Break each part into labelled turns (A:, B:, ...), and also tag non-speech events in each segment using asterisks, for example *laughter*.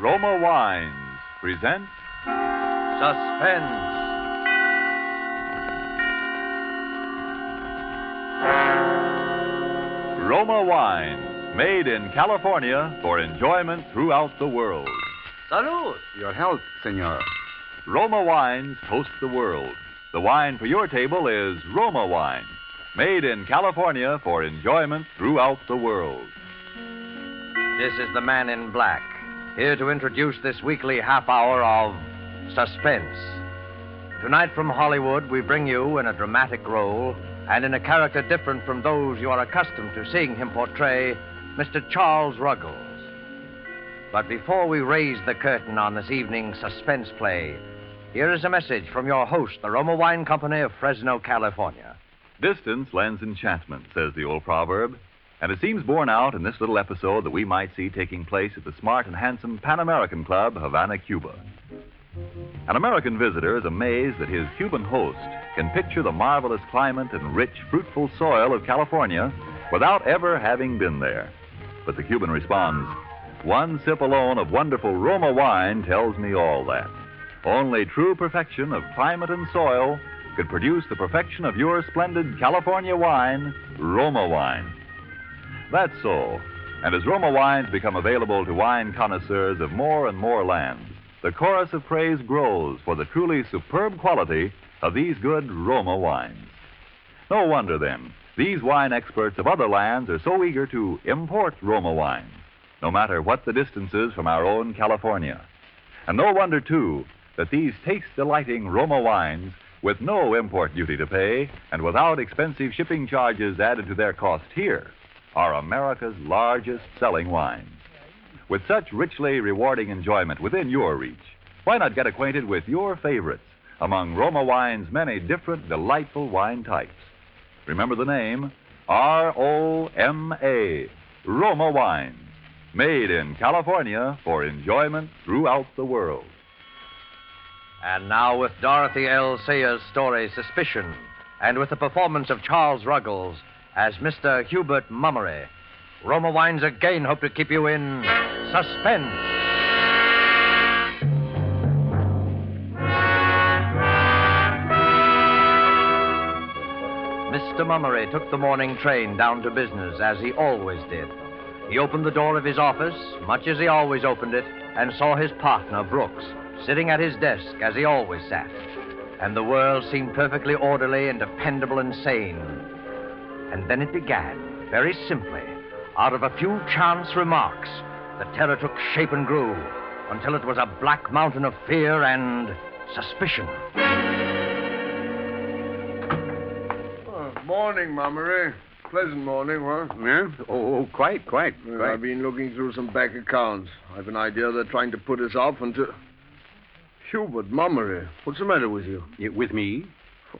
A: Roma Wines present Suspense. Roma Wines, made in California for enjoyment throughout the world.
B: Salud!
C: Your health, senor.
A: Roma Wines toast the world. The wine for your table is Roma Wine, made in California for enjoyment throughout the world.
B: This is the man in black, here to introduce this weekly half hour of suspense. Tonight from Hollywood, we bring you in a dramatic role and in a character different from those you are accustomed to seeing him portray, Mr. Charles Ruggles. But before we raise the curtain on this evening's suspense play, here is a message from your host, the Roma Wine Company of Fresno, California.
A: Distance lends enchantment, says the old proverb. And it seems borne out in this little episode that we might see taking place at the smart and handsome Pan American Club, Havana, Cuba. An American visitor is amazed that his Cuban host can picture the marvelous climate and rich, fruitful soil of California without ever having been there. But the Cuban responds, One sip alone of wonderful Roma wine tells me all that. Only true perfection of climate and soil could produce the perfection of your splendid California wine, Roma wine. That's so. And as Roma wines become available to wine connoisseurs of more and more lands, the chorus of praise grows for the truly superb quality of these good Roma wines. No wonder, then, these wine experts of other lands are so eager to import Roma wines, no matter what the distances from our own California. And no wonder, too, that these taste delighting Roma wines, with no import duty to pay and without expensive shipping charges added to their cost here, are America's largest selling wines. With such richly rewarding enjoyment within your reach, why not get acquainted with your favorites among Roma Wine's many different delightful wine types? Remember the name R O M A, Roma Wines, made in California for enjoyment throughout the world.
B: And now, with Dorothy L. Sayers' story, Suspicion, and with the performance of Charles Ruggles as Mr. Hubert Mummery, Roma Wines again hope to keep you in suspense. Mr. Mummery took the morning train down to business as he always did. He opened the door of his office, much as he always opened it, and saw his partner, Brooks, sitting at his desk as he always sat. And the world seemed perfectly orderly and dependable and sane. And then it began, very simply, out of a few chance remarks. The terror took shape and grew until it was a black mountain of fear and suspicion.
D: Oh, morning, Mummery. Pleasant morning, huh?
C: Yeah? Oh, oh, quite, quite,
D: Well,
C: quite.
D: I've been looking through some bank accounts. I've an idea they're trying to put us off until. Hubert Mummery, what's the matter with you?
C: You with me?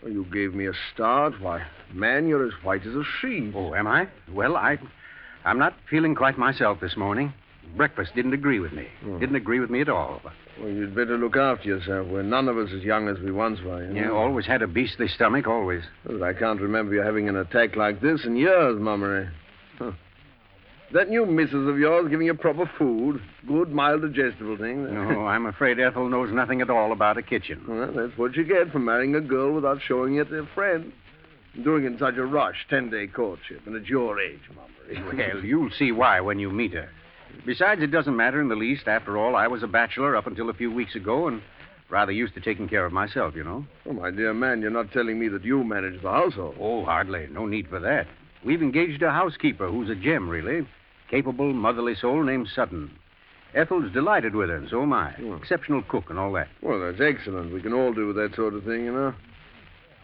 D: Oh, you gave me a start. Why, man, you're as white as a sheet.
C: Oh, am I? Well, I, I'm not feeling quite myself this morning. Breakfast didn't agree with me.
D: Hmm.
C: Didn't agree with me at all.
D: Well, you'd better look after yourself. We're none of us as young as we once were. You
C: You
D: know?
C: always had a beastly stomach, always.
D: Well, I can't remember you having an attack like this in years, Mummery. Huh. That new missus of yours giving you proper food. Good, mild, digestible thing.
C: No, I'm afraid Ethel knows nothing at all about a kitchen.
D: Well, that's what you get for marrying a girl without showing it to a friend. Doing it in such a rush, ten-day courtship, and it's your age, Mummery.
C: *laughs* Well, you'll see why when you meet her. Besides, it doesn't matter in the least. After all, I was a bachelor up until a few weeks ago and rather used to taking care of myself, you know.
D: Oh, my dear man, you're not telling me that you manage the household.
C: Oh, hardly. No need for that. We've engaged a housekeeper who's a gem, really. Capable, motherly soul named Sutton. Ethel's delighted with her, and so am I.
D: Hmm.
C: Exceptional cook and all that.
D: Well, that's excellent. We can all do with that sort of thing, you know.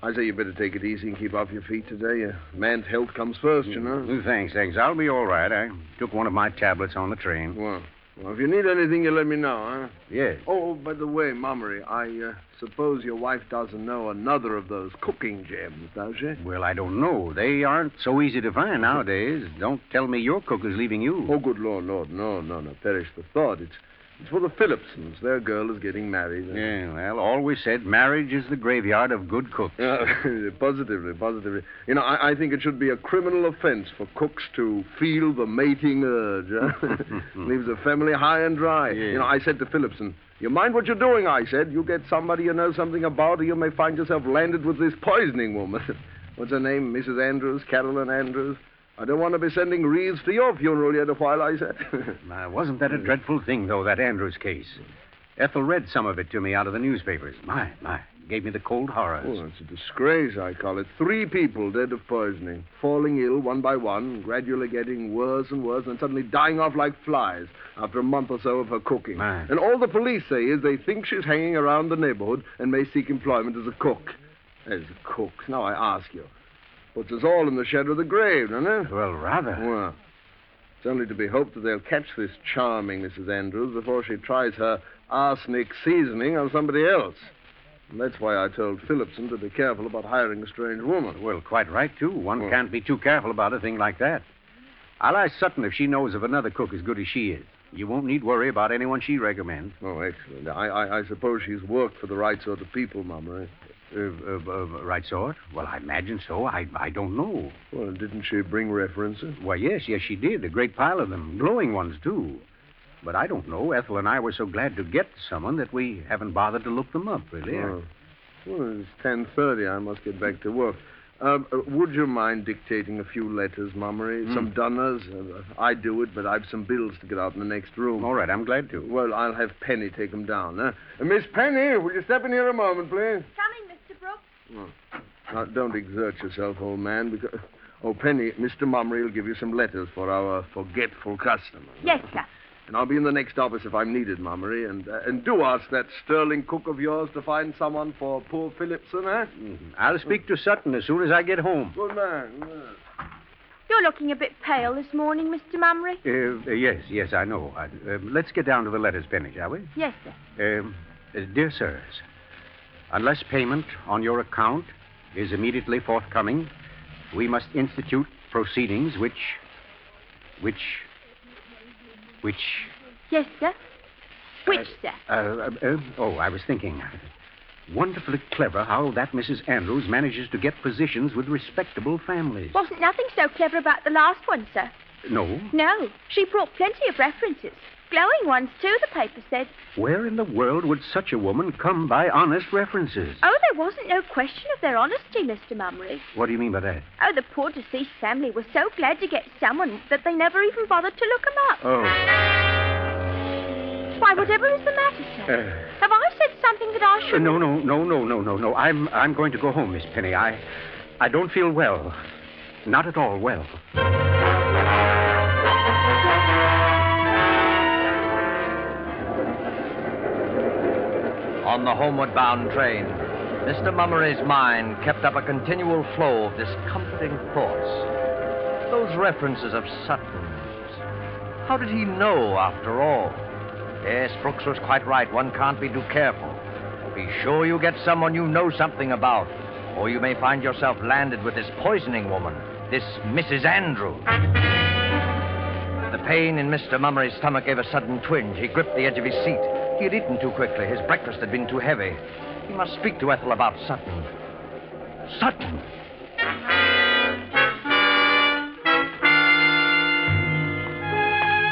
D: I say you better take it easy and keep off your feet today. A man's health comes first, you know.
C: Oh, Thanks, thanks. I'll be all right. I took one of my tablets on the train.
D: Well, well, if you need anything, you let me know, huh?
C: Yes.
D: Oh, by the way, Mummery, I uh, suppose your wife doesn't know another of those cooking gems, does she?
C: Well, I don't know. They aren't so easy to find nowadays. Don't tell me your cook is leaving you.
D: Oh, good Lord, Lord, no, no, no. Perish the thought. It's It's for the Phillipsons. Their girl is getting married.
C: Yeah, well, always said marriage is the graveyard of good
D: *laughs*
C: cooks.
D: Uh, positively, positively. You know, I, I think it should be a criminal offense for cooks to feel the mating urge.
C: *laughs*
D: huh? Leaves the family high and dry. You know, I said to Phillipson, you mind what you're doing, I said. You get somebody you know something about, or you may find yourself landed with this poisoning woman. *laughs* What's her name? Mrs. Andrews? Carolyn Andrews? I don't want to be sending wreaths to your funeral yet a while, I *laughs* said.
C: Now, wasn't that a dreadful thing, though, that Andrews case? Ethel read some of it to me out of the newspapers. My, my. Gave me the cold horrors.
D: Oh, it's a disgrace, I call it. Three people dead of poisoning, falling ill one by one, gradually getting worse and worse, and suddenly dying off like flies after a month or so of her cooking.
C: Man.
D: And all the police say is they think she's hanging around the neighborhood and may seek employment as a cook. As a cook? Now I ask you. Puts us all in the shadow of the grave, doesn't it?
C: Well, rather.
D: Well, it's only to be hoped that they'll catch this charming Mrs. Andrews before she tries her arsenic seasoning on somebody else. And that's why I told Phillipson to be careful about hiring a strange woman.
C: Well, quite right, too. One
D: Well-
C: can't be too careful about a thing like that. I'll ask Sutton if she knows of another cook as good as she is. You won't need worry about anyone she recommends.
D: Oh, excellent. I, I, I suppose she's worked for the right sort of people, Mama. eh?
C: Uh, uh, uh, right sort? Well, I imagine so. I, I don't know.
D: Well, didn't she bring references?
C: Why, yes, yes, she did. A great pile of them. Glowing ones, too. But I don't know. Ethel and I were so glad to get someone that we haven't bothered to look them up, really.
D: Oh. Well, it's 10.30. I must get back to work. Um, uh, would you mind dictating a few letters, Mummery?
C: Hmm.
D: Some dunners? Uh, I do it, but I've some bills to get out in the next room.
C: All right, I'm glad to.
D: Well, I'll have Penny take them down. Huh? Uh, Miss Penny, will you step in here a moment, please?
E: Coming, Mr. Brooks.
D: Now, don't exert yourself, old man, because. Oh, Penny, Mr. Mummery will give you some letters for our forgetful customer.
E: Yes, sir.
D: And I'll be in the next office if I'm needed, Mummery. And, uh, and do ask that sterling cook of yours to find someone for poor Phillipson, eh?
C: Mm-hmm. I'll speak to Sutton as soon as I get home.
D: Good man. good man.
E: You're looking a bit pale this morning, Mr. Mummery.
C: Uh, uh, yes, yes, I know. I, uh, let's get down to the letters, Penny, shall we?
E: Yes, sir.
C: Um, uh, dear sirs, unless payment on your account is immediately forthcoming, we must institute proceedings which. which. which.
E: Yes, sir. Which, sir?
C: Uh, uh, uh, oh, I was thinking. Wonderfully clever how that Mrs. Andrews manages to get positions with respectable families.
E: Wasn't nothing so clever about the last one, sir.
C: No?
E: No, she brought plenty of references. Glowing ones, too, the paper said.
C: Where in the world would such a woman come by honest references?
E: Oh, there wasn't no question of their honesty, Mr. Mummery.
C: What do you mean by that?
E: Oh, the poor deceased family were so glad to get someone that they never even bothered to look 'em up.
C: Oh.
E: Why, whatever is the matter, sir? Have I said something that I shouldn't?
C: No, no, no, no, no, no, no. I'm I'm going to go home, Miss Penny. I I don't feel well. Not at all well.
B: On the homeward bound train, Mr. Mummery's mind kept up a continual flow of discomforting thoughts. Those references of Sutton's. How did he know, after all? Yes, Brooks was quite right. One can't be too careful. Be sure you get someone you know something about, or you may find yourself landed with this poisoning woman, this Mrs. Andrews. The pain in Mr. Mummery's stomach gave a sudden twinge. He gripped the edge of his seat. He had eaten too quickly. His breakfast had been too heavy. He must speak to Ethel about Sutton. Sutton!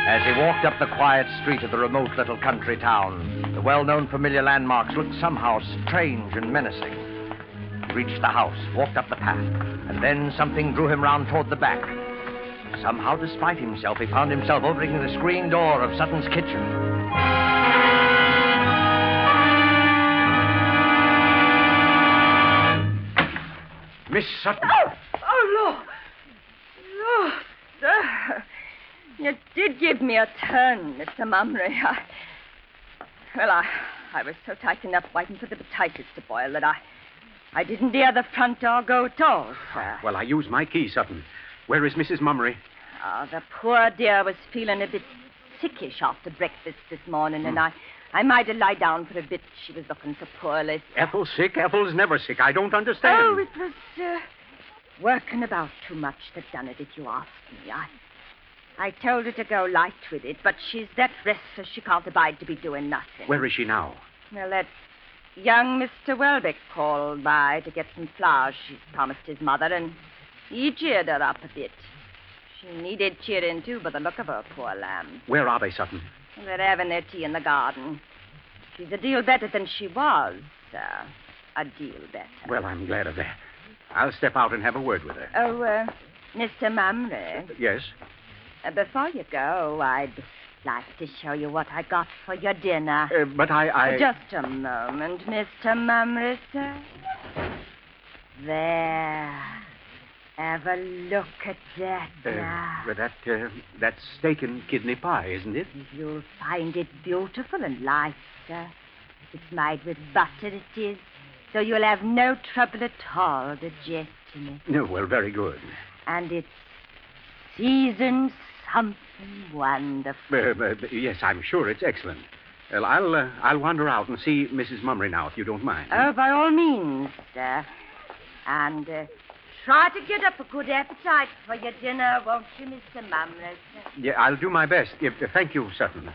B: As he walked up the quiet street of the remote little country town, the well known familiar landmarks looked somehow strange and menacing. He reached the house, walked up the path, and then something drew him round toward the back. Somehow, despite himself, he found himself opening the screen door of Sutton's kitchen. Miss Sutton.
F: Oh, oh, Lord. Lord, sir. You did give me a turn, Mr. Mummery. I... Well, I, I was so tightened up waiting for the potatoes to boil that I, I didn't hear the front door go at all, sir.
C: Well, I used my key, Sutton. Where is Mrs. Mummery?
F: Oh, the poor dear was feeling a bit sickish after breakfast this morning, and I, I made her lie down for a bit. She was looking so poorly.
C: Ethel sick? Ethel's never sick. I don't understand.
F: Oh, it was uh, working about too much that done it, if you ask me. I, I told her to go light with it, but she's that restless she can't abide to be doing nothing.
C: Where is she now?
F: Well, that young Mr. Welbeck called by to get some flowers she's promised his mother, and he cheered her up a bit. She needed cheering, too, by the look of her, poor lamb.
C: Where are they, Sutton?
F: They're having their tea in the garden. She's a deal better than she was, uh, a deal better.
C: Well, I'm glad of that. I'll step out and have a word with her.
F: Oh, uh, Mr. Mumray,
C: Yes?
F: uh, before you go, I'd like to show you what I got for your dinner.
C: Uh, but I. I...
F: Just a moment, Mr. Mumray, sir. There. Have a look at that now.
C: Uh, well, that, uh, that steak and kidney pie, isn't it?
F: You'll find it beautiful and light, sir. It's made with butter, it is. So you'll have no trouble at all digesting it.
C: No, well, very good.
F: And it's seasoned something wonderful.
C: Uh, but- yes, I'm sure it's excellent. Well, I'll, uh, I'll wander out and see Mrs. Mummery now, if you don't mind.
F: Oh, by all means, sir. And uh, try to get up a good appetite for your dinner, won't you, Mr. Mumler, sir?
C: Yeah, I'll do my best. Yeah, uh, thank you, Sutton.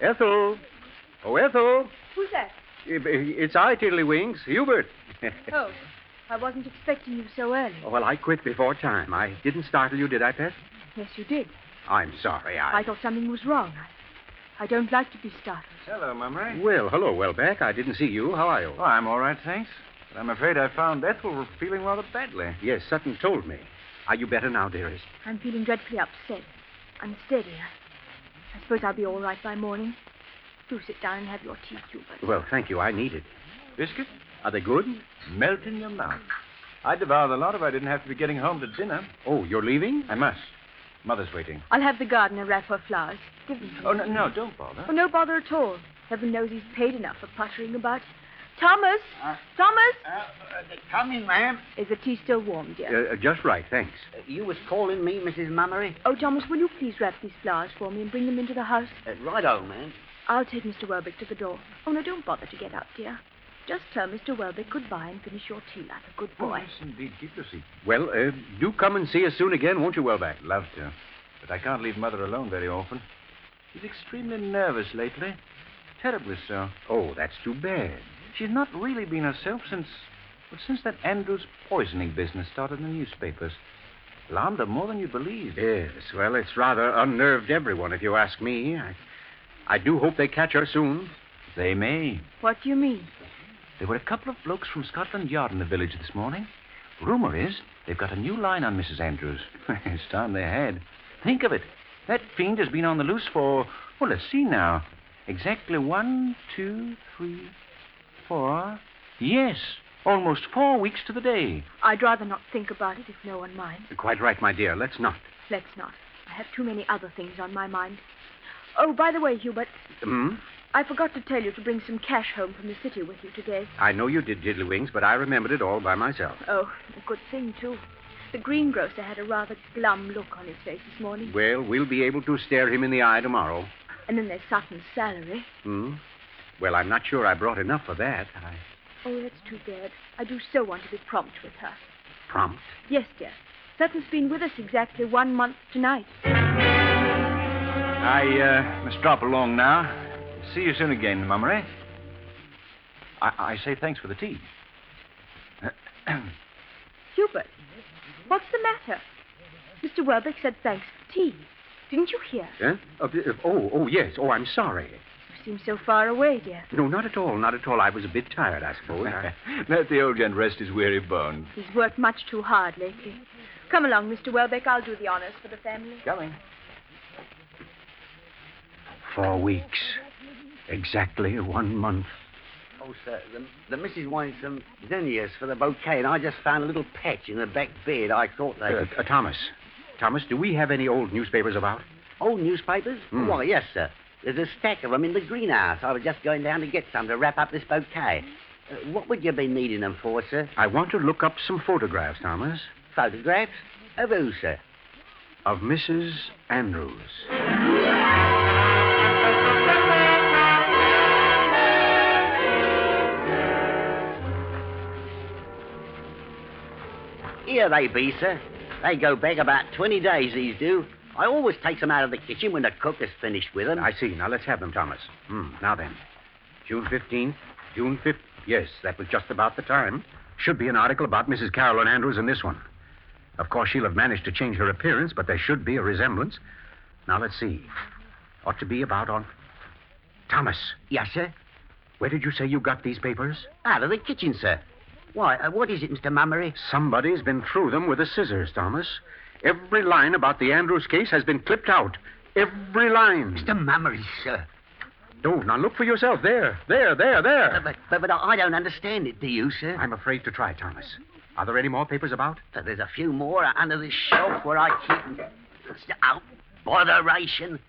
C: Ethel. Oh, Ethel.
E: Who's that?
C: Uh, It's I, Tiddlywinks. Hubert. *laughs*
E: Oh, I wasn't expecting you so early.
C: well, I quit before time. I didn't startle you, did I, Pet?
E: Yes, you did.
C: I'm sorry. I.
E: I thought something was wrong. I- I don't like to be startled.
G: Hello, Mumray.
C: Well, hello, Welbeck. I didn't see you. How are you?
G: Oh, I'm all right, thanks. But I'm afraid I found Ethel feeling rather badly.
C: Yes, Sutton told me. Are you better now, dearest?
E: I'm feeling dreadfully upset. Unsteady. I- I suppose I'll be all right by morning. Do sit down and have your tea, Hubert.
C: Well, thank you. I need it.
G: Biscuit?
C: Are they good?
G: Melt in your mouth. I'd devour the lot if I didn't have to be getting home to dinner.
C: Oh, you're leaving?
G: I must. Mother's waiting.
E: I'll have the gardener wrap her flowers. Give them to me.
G: Oh, no, no, don't bother.
E: Oh, no bother at all. Heaven knows he's paid enough for puttering about. Thomas! Thomas!
H: Come in, ma'am.
E: Is the tea still warm, dear?
C: Uh, just right, thanks.
H: You was calling me Mrs. Mummery?
E: Oh, Thomas, will you please wrap these flowers for me and bring them into the house?
H: Uh, right on, ma'am.
E: I'll take Mr. Welbeck to the door. Oh, no, don't bother to get up, dear. Just tell Mr. Welbeck goodbye and finish your tea like a good boy.
G: Oh, yes, indeed. Keep your seat.
C: Well, uh, do come and see us soon again, won't you, Welbeck?
G: Love to. But I can't leave Mother alone very often. She's extremely nervous lately. Terribly so.
C: Oh, that's too bad.
G: She's not really been herself since. Well, since that Andrews poisoning business started in the newspapers. Alarmed her more than you'd believe.
C: Yes, well, it's rather unnerved everyone, if you ask me. I, I do hope they catch her soon.
G: They may.
E: What do you mean?
G: There were a couple of blokes from Scotland Yard in the village this morning. Rumor is they've got a new line on Mrs. Andrews. *laughs* it's time they had. Think of it. That fiend has been on the loose for, well, let's see now. Exactly one, two, three, four. Yes, almost four weeks to the day.
E: I'd rather not think about it if no one minds.
C: Quite right, my dear. Let's not.
E: Let's not. I have too many other things on my mind. Oh, by the way, Hubert,
C: Hmm?
E: I forgot to tell you to bring some cash home from the city with you today.
C: I know you did Diddlywings, but I remembered it all by myself.
E: Oh, a good thing, too. The greengrocer had a rather glum look on his face this morning.
C: Well, we'll be able to stare him in the eye tomorrow.
E: And then there's Sutton's salary.
C: Hmm? Well, I'm not sure I brought enough for that. I
E: Oh, that's too bad. I do so want to be prompt with her.
C: prompt.
E: Yes, dear. Sutton's been with us exactly one month tonight.
G: I uh, must drop along now. See you soon again, Mummery. I, I say thanks for the tea. *clears throat*
E: Hubert, what's the matter? Mr. Welbeck said thanks for tea. Didn't you hear?
C: Huh? Uh, oh, oh, yes. Oh, I'm sorry.
E: You seem so far away, dear.
C: No, not at all. Not at all. I was a bit tired, I
G: *laughs*
C: suppose. I-
G: Let the old gent rest his weary bones.
E: He's worked much too hard lately. Come along, Mr. Welbeck. I'll do the honors for the family.
G: Coming.
C: Four weeks. Exactly one month.
H: Oh, sir, the, the missus wanted some zinnias for the bouquet, and I just found a little patch in the back bed. I thought they...
C: Uh, uh, Thomas. Thomas, do we have any old newspapers about?
H: Old newspapers?
C: Hmm.
H: Why, yes, sir. There's a stack of 'em in the greenhouse. I was just going down to get some to wrap up this bouquet. Uh, what would you be needing 'em for, sir?
C: I want to look up some photographs, Thomas,
H: Photographs? Of who, sir?
C: of Mrs. Andrews.
H: Here they be, sir. They go back about 20 days, these do. I always takes 'em out of the kitchen when the cook has finished with 'em.
C: I see. Now let's have them, Thomas. Hmm. Now then, June 15th, June 5th. Yes, that was just about the time. Should be an article about Mrs. Carolyn Andrews in this one. Of course, she'll have managed to change her appearance, but there should be a resemblance. Now let's see. Ought to be about on. Thomas,
H: Yes, sir.
C: where did you say you got these papers?
H: Out of the kitchen, sir. Why, uh, what is it, Mr. Mummery?
C: Somebody's been through them with a scissors, Thomas. Every line about the Andrews case has been clipped out. Every line.
H: Mr. Mummery, sir.
C: Don't. Now look for yourself. There, there,
H: But,
C: there, there.
H: Uh, but, but, but I don't understand it, do you, sir?
C: I'm afraid to try, Thomas. Are there any more papers about?
H: Uh, There's a few more under this shelf where I keep 'em. St- Oh, botheration.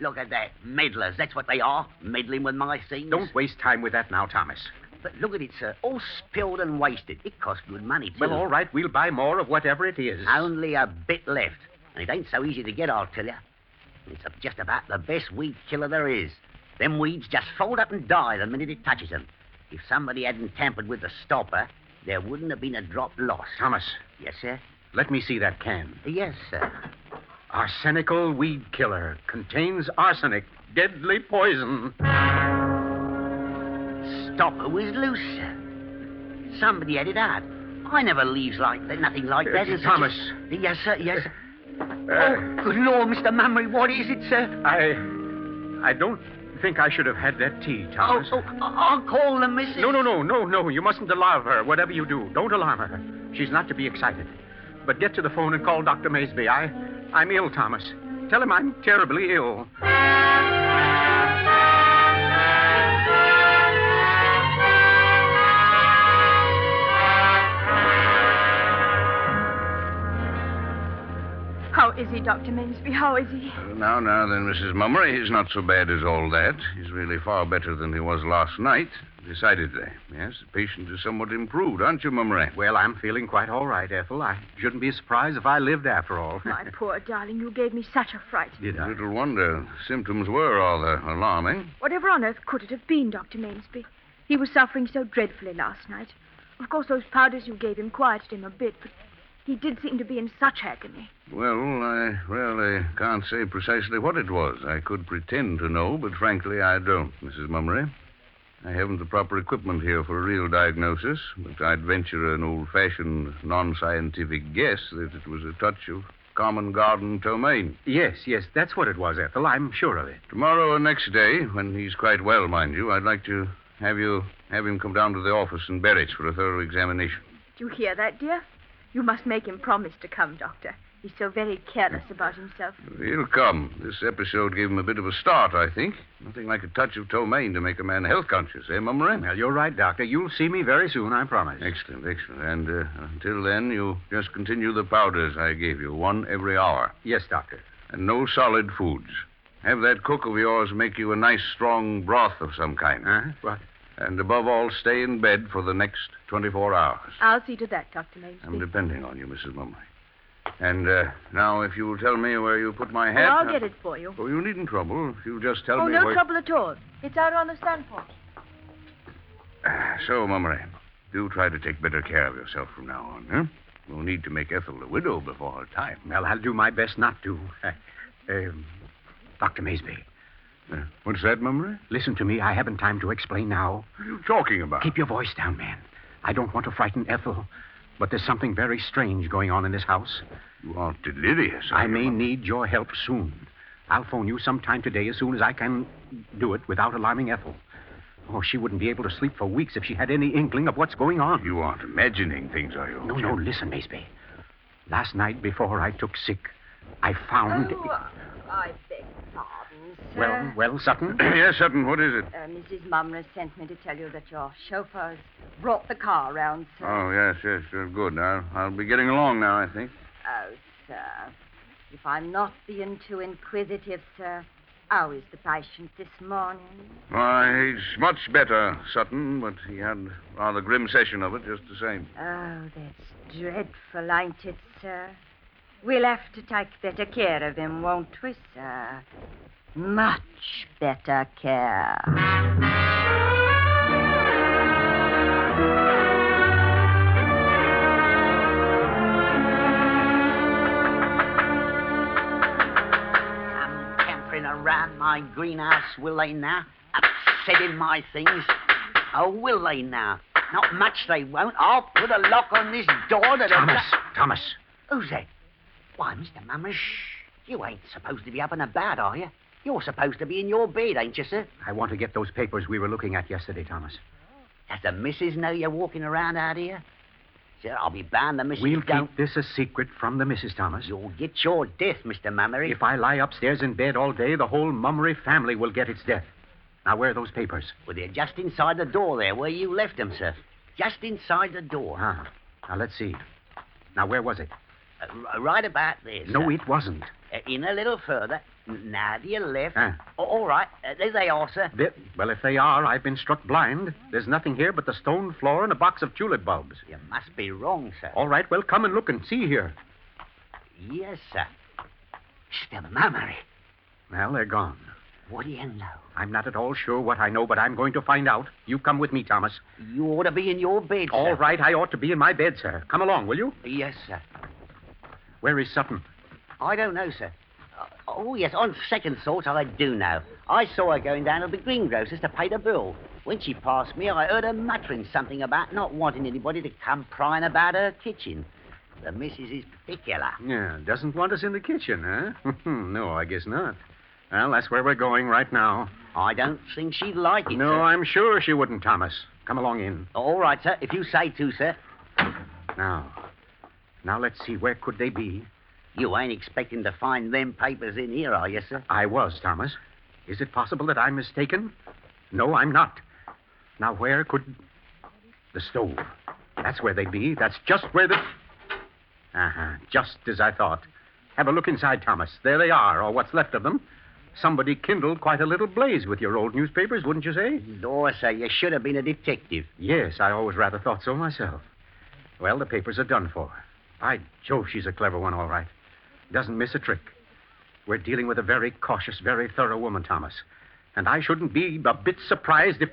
H: Look at that. Meddlers. That's what they are. Meddling with my things.
C: Don't waste time with that now, Thomas.
H: But look at it, sir. All spilled and wasted. It cost good money, too.
C: Well, all right, we'll buy more of whatever it is.
H: Only a bit left. And it ain't so easy to get, I'll tell you. It's just about the best weed killer there is. Them weeds just fold up and die the minute it touches 'em. If somebody hadn't tampered with the stopper, there wouldn't have been a drop lost.
C: Thomas,
H: Yes, sir?
C: let me see that can.
H: Yes, sir.
C: Arsenical weed killer contains arsenic, deadly poison.
H: Stopper was loose, sir. Somebody had it out. I never leaves like that, nothing like
C: Uh,
H: that. It's
C: Thomas. Uh.
H: just- Yes, sir, yes, sir. oh, good Lord, Mr. Mummery, what is it, sir?
C: I. I don't think I should have had that tea,
H: Oh,
C: Thomas.
H: oh, I- I'll call the missus.
C: No, no, no, no, no. You mustn't alarm her. Whatever you do, don't alarm her. She's not to be excited. But get to the phone and call Dr. Maysby. I, I'm ill, Thomas. Tell him I'm terribly ill.
E: How is he, Dr. Mensby? How is he?
I: Now, now, then, Mrs. Mummery, he's not so bad as all that. He's really far better than he was last night. Decidedly. Yes, the patient is somewhat improved, aren't you, Mummery?
C: Well, I'm feeling quite all right, Ethel. I shouldn't be surprised if I lived after
E: *laughs*
C: all.
E: My poor darling, you gave me such a fright.
C: Did I?
I: Little wonder. Symptoms were rather alarming.
E: Whatever on earth could it have been, Dr. Mainsby? He was suffering so dreadfully last night. Of course, those powders you gave him quieted him a bit, but he did seem to be in such agony.
I: Well, I really can't say precisely what it was. I could pretend to know, but frankly, I don't, Mrs. Mummery. I haven't the proper equipment here for a real diagnosis, but I'd venture an old fashioned, non scientific guess that it was a touch of common garden domain.
C: Yes, yes, that's what it was, Ethel. I'm sure of it.
I: Tomorrow or next day, when he's quite well, mind you, I'd like to have you have him come down to the office in Berwick for a thorough examination.
E: Do you hear that, dear? You must make him promise to come, Doctor. He's so very careless about himself.
I: He'll come. This episode gave him a bit of a start, I think. Nothing like a touch of tomaine to make a man health conscious, eh, Mummery?
C: Well, you're right, Doctor. You'll see me very soon, I promise.
I: Excellent, excellent. And uh, until then, you just continue the powders I gave you, one every hour,
C: Yes, Doctor.
I: and no solid foods. Have that cook of yours make you a nice strong broth of some kind.
C: Huh? What?
I: And above all, stay in bed for the next 24 hours.
E: I'll see to that, Dr. Mainsby.
I: I'm depending on you, Mrs. Mumley. And uh, now, if you will tell me where you put my
E: Well,
I: hat.
E: I'll get it for you.
I: Oh, you needn't trouble. If you just tell
E: Oh,
I: me
E: no
I: where.
E: trouble at all. It's out on the sun porch.
I: Ah, So, Mummery, do try to take better care of yourself from now on, huh? We'll need to make Ethel a widow before her time.
C: Well, I'll do my best not to. um, Dr. Maysby,
I: Uh, what's that, Mummery?
C: listen to me. I haven't time to explain now.
I: What are you talking about?
C: Keep your voice down, man. I don't want to frighten Ethel, but there's something very strange going on in this house.
I: You are delirious.
C: I
I: you,
C: may
I: Mummery?
C: need your help soon. I'll phone you sometime today as soon as I can do it without alarming Ethel. Oh, she wouldn't be able to sleep for weeks if she had any inkling of what's going on.
I: You aren't imagining things, are you?
C: No, no, listen, Maysby. Last night before I took sick, I found.
H: uh,
F: Oh, I beg pardon, sir.
C: well, well, Sutton?
I: *clears throat* yes, Sutton, what is it?
F: Uh, Mrs. Mumra sent me to tell you that your chauffeur's brought the car round, sir.
I: Oh, yes, yes, uh, good. I'll, I'll be getting along now, I think.
F: Oh, sir. If I'm not being too inquisitive, sir, how is the patient this morning?
I: Why, he's much better, Sutton, but he had rather grim session of it, just the same.
F: Oh, that's dreadful, ain't it, sir? We'll have to take better care of him, won't we, sir? Much better care.
H: around my greenhouse, will they now? Upsetting my things. Oh, will they now? Not much they won't. I'll put a lock on this door that
C: Thomas, Thomas.
H: Who's that? Why, Mr. Mummer, shh. You ain't supposed to be up and about, are you? You're supposed to be in your bed, ain't you, sir?
C: I want to get those papers we were looking at yesterday, Thomas.
H: Does the missus know you're walking around out here? Sir, I'll be bound the missus
C: We'll
H: don't.
C: keep this a secret from the missus, Thomas.
H: You'll get your death, Mr. Mummery.
C: If I lie upstairs in bed all day, the whole Mummery family will get its death. Now, where are those papers?
H: Well, they're just inside the door there where you left them, sir. Just inside the door.
C: Ah, now let's see. Now, where was it?
H: Uh, r- right about there, sir.
C: No, it wasn't.
H: Uh, in a little further. N- Now to your left.
C: Ah.
H: A- all right. Uh, there they are, sir.
C: There- well, if they are, I've been struck blind. There's nothing here but the stone floor and a box of tulip bulbs.
H: You must be wrong, sir.
C: All right, well, come and look and see here.
H: Yes, sir. Mr. Mummery,
C: Well, they're gone.
H: what do you know?
C: I'm not at all sure what I know, but I'm going to find out. You come with me, Thomas.
H: You ought to be in your bed,
C: All
H: sir.
C: right, I ought to be in my bed, sir. Come along, will you?
H: Yes, sir.
C: Where is Sutton?
H: I don't know, sir. Uh, Oh, yes, on second thought, I do know. I saw her going down to the greengrocer's to pay the bill. When she passed me, I heard her muttering something about not wanting anybody to come prying about her kitchen. The missus is particular.
C: Yeah, doesn't want us in the kitchen, huh? *laughs* no, I guess not. Well, that's where we're going right now.
H: I don't think she'd like it,
C: no,
H: sir.
C: I'm sure she wouldn't, Thomas. Come along in.
H: All right, sir, if you say to, sir.
C: Now. Now let's see, where could they be?
H: You ain't expecting to find them papers in here, are you, sir?
C: I was, Thomas. Is it possible that I'm mistaken? No, I'm not. Now, where could. The stove. That's where they'd be. That's just where the. Uh huh. Just as I thought. Have a look inside, Thomas. There they are, or what's left of them. Somebody kindled quite a little blaze with your old newspapers, wouldn't you say?
H: Lord, sir, you should have been a detective.
C: Yes, I always rather thought so myself. Well, the papers are done for. By Jove, she's a clever one, all right. Doesn't miss a trick. We're dealing with a very cautious, very thorough woman, Thomas. And I shouldn't be a bit surprised if.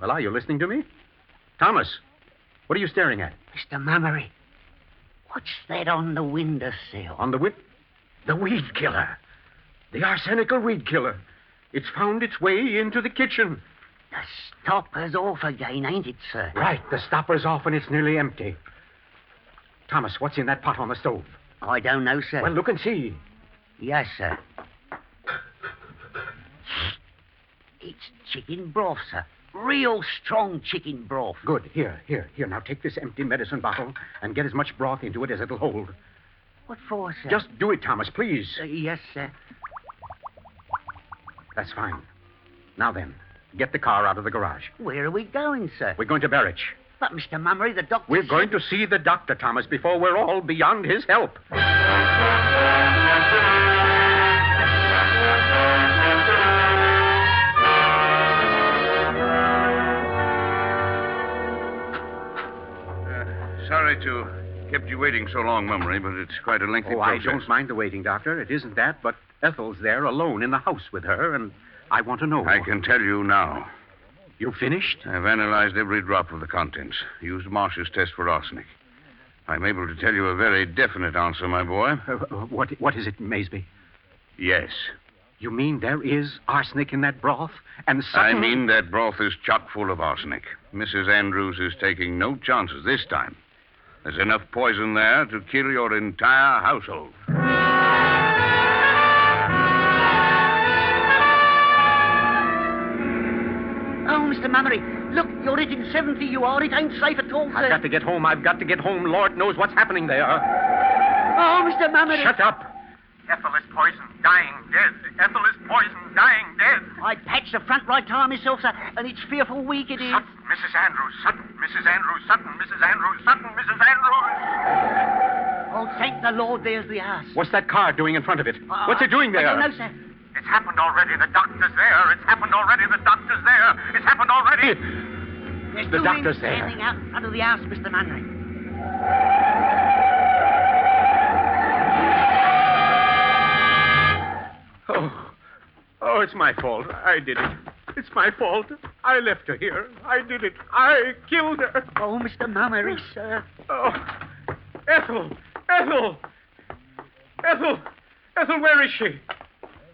C: Well, are you listening to me? Thomas, what are you staring at?
H: Mr. Mummery, what's that on the windowsill?
C: On the whip? The weed killer. The arsenical weed killer. It's found its way into the kitchen.
H: The stopper's off again, ain't it, sir?
C: Right, the stopper's off and it's nearly empty. Thomas, what's in that pot on the stove?
H: I don't know, sir.
C: Well, look and see.
H: Yes, sir. It's chicken broth, sir. Real strong chicken broth.
C: Good. Here, here, here. Now take this empty medicine bottle and get as much broth into it as it'll hold.
H: What for, sir?
C: Just do it, Thomas, please.
H: Uh, yes, sir.
C: That's fine. Now then, get the car out of the garage.
H: Where are we going, sir?
C: We're going to Berich.
H: But, Mr. Mummery, the doctor.
C: We're going to see the doctor, Thomas, before we're all beyond his help.
I: Sorry to kept you waiting so long, Mummery, but it's quite a lengthy
C: Oh, I
I: process.
C: don't mind the waiting, Doctor. It isn't that, but Ethel's there alone in the house with her, and I want to know.
I: I can tell you now.
C: You finished?
I: I've analyzed every drop of the contents, used Marsh's test for arsenic. I'm able to tell you a very definite answer, my boy.
C: Uh, what, what is it, Maysby?
I: Yes.
C: You mean there is arsenic in that broth? And
I: I
C: suddenly...
I: mean that broth is chock full of arsenic. Mrs. Andrews is taking no chances this time. There's enough poison there to kill your entire household.
H: Oh, Mr. Mummery, look, you're hitting 70, you are. It ain't safe at all, sir.
C: *laughs* I've got to get home. I've got to get home. Lord knows what's happening there.
H: Oh, Mr. Mummery.
C: Shut up.
J: Ethel is poisoned, dying, dead. Ethel is poisoned, dying, dead.
H: I patched the front right tire myself, sir, and it's fearful weak it is.
J: Sutton, Mrs. Andrews, Sutton, Mrs. Andrews, Sutton, Mrs. Andrews, Sutton, Mrs. Andrews.
H: Oh, thank the Lord, there's the house.
C: What's that car doing in front of it?
H: I-
C: What's it doing there?
H: Uh, I don't know, sir.
J: It's happened already. The doctor's there. It's happened already. The doctor's there. It's happened already.
H: There's
C: The
H: two men
C: doctor's there.
H: standing out in front of the house, Mr. Mummery.
C: Oh. Oh, it's my fault. I did it. It's my fault. I left her here. I did it. I killed her.
H: Oh, Mr. Mummery, sir.
C: Oh. Ethel! Ethel! Ethel! Ethel, where is she?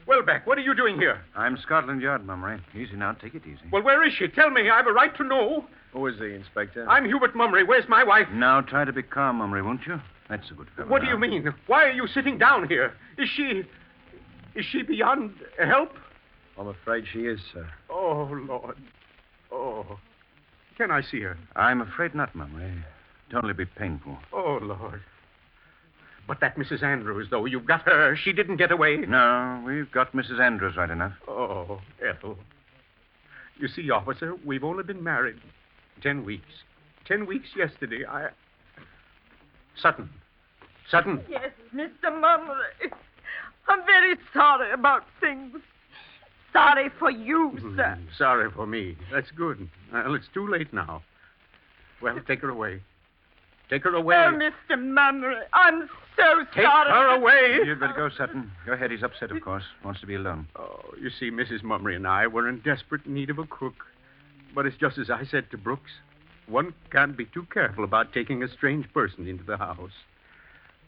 K: Welbeck, what are you doing here?
G: I'm Scotland Yard, Mummery. Easy now. Take it easy.
K: Well, where is she? Tell me. I have a right to know.
G: Who is the inspector?
K: I'm Hubert Mummery. Where's my wife?
G: Now try to be calm, Mummery, won't you? That's a good fellow.
K: What do you mean? Why are you sitting down here? Is she. Is she beyond help?
L: I'm afraid she is, sir.
K: Oh, Lord. Oh. Can I see her?
G: I'm afraid not, Mummery. It'd only be painful.
K: Oh, Lord. But that Mrs. Andrews, though, you've got her. She didn't get away.
G: No, we've got Mrs. Andrews right enough.
K: Oh, Ethel. You see, officer, we've only been married ten weeks. Ten weeks yesterday. I. Sutton. Sutton.
M: *sighs* Yes, Mr. Mummery. I'm very sorry about things. Sorry for you, sir.
K: Mm, sorry for me. That's good. Well, it's too late now. Well, take her away. Take her away.
M: Oh, Mr. Mummery, I'm so
K: Mm. Take
M: sorry.
K: her away.
G: You'd better go, Sutton. Go ahead. He's upset, of course. Wants to be alone.
K: Oh, you see, Mrs. Mummery and I were in desperate need of a cook. But it's just as I said to Brooks one can't be too careful about taking a strange person into the house.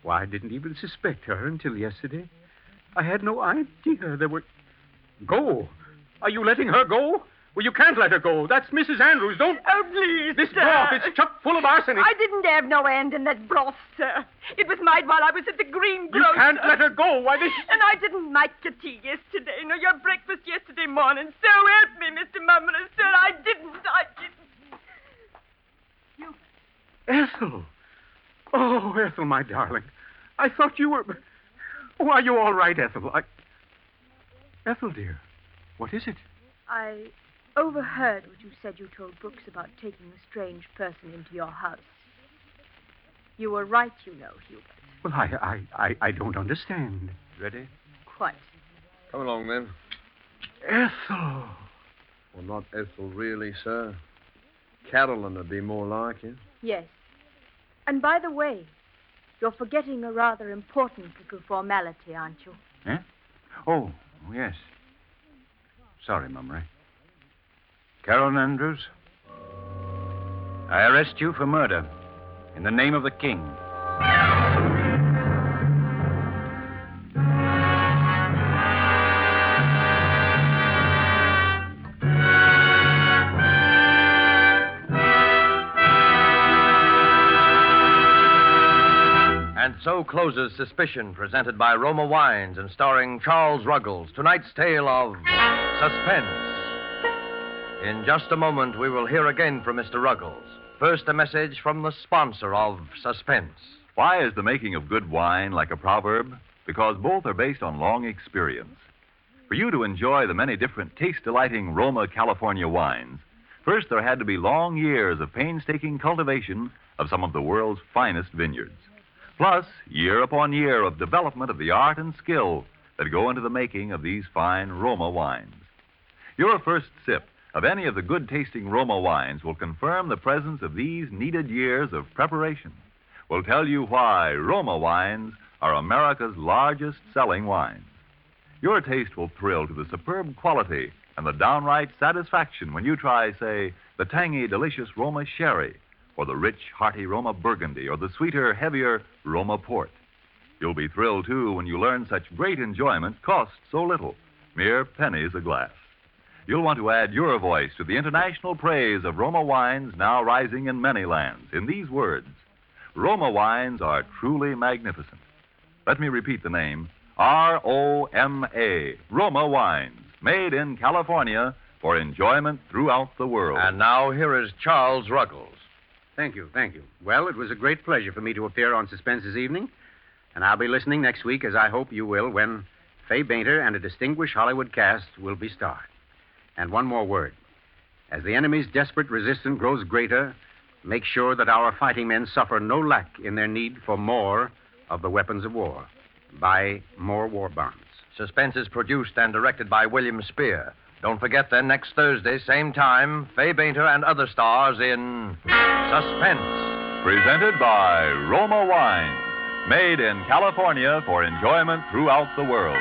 K: Why, I didn't even suspect her until yesterday. I had no idea there were. Go! Are you letting her go? Well, you can't let her go. That's Mrs. Andrews. Don't.
M: Oh, please.
K: This
M: sir.
K: broth is chock full of arsenic.
M: I didn't have no hand in that broth, sir. It was made while I was at the greengrocer's.
K: You can't let her go. Why, this.
M: And I didn't make your tea yesterday, nor your breakfast yesterday morning. So help me, Mr. Mummerer, sir. I didn't. I didn't. You.
K: Ethel. Oh, Ethel, my darling. I thought you were. Oh, are you all right, Ethel? I. Ethel, dear. What is it?
E: I overheard what you said you told Brooks about taking a strange person into your house. You were right, you know, Hubert.
K: Well, I, I, I, I don't understand.
G: Ready?
E: Quite.
D: Come along, then.
K: Ethel.
D: Well, not Ethel, really, sir. Carolyn would be more like it.
E: Yes. And by the way, you're forgetting a rather important little formality, aren't you?
G: Eh? Oh, yes. Sorry, Mummery. Carolyn Andrews, I arrest you for murder in the name of the king.
B: And so closes Suspicion, presented by Roma Wines and starring Charles Ruggles. Tonight's tale of suspense. In just a moment, we will hear again from Mr. Ruggles. First, a message from the sponsor of Suspense.
A: Why is the making of good wine like a proverb? Because both are based on long experience. For you to enjoy the many different taste delighting Roma California wines, first there had to be long years of painstaking cultivation of some of the world's finest vineyards. Plus, year upon year of development of the art and skill that go into the making of these fine Roma wines. Your first sip of any of the good tasting Roma wines will confirm the presence of these needed years of preparation, will tell you why Roma wines are America's largest selling wines. Your taste will thrill to the superb quality and the downright satisfaction when you try, say, the tangy, delicious Roma sherry, or the rich, hearty Roma burgundy, or the sweeter, heavier Roma port. You'll be thrilled, too, when you learn such great enjoyment costs so little, mere pennies a glass. You'll want to add your voice to the international praise of Roma wines now rising in many lands in these words Roma wines are truly magnificent. Let me repeat the name R O M A, Roma wines, made in California for enjoyment throughout the world.
B: And now here is Charles Ruggles.
C: Thank you, thank you. Well, it was a great pleasure for me to appear on Suspense this evening, and I'll be listening next week, as I hope you will, when Fay Bainter and a distinguished Hollywood cast will be starred. And one more word. As the enemy's desperate resistance grows greater, make sure that our fighting men suffer no lack in their need for more of the weapons of war. Buy more war bonds.
B: Suspense is produced and directed by William Spear. Don't forget then, next Thursday, same time, Fay Bainter and other stars in Suspense.
A: Presented by Roma Wines, made in California for enjoyment throughout the world.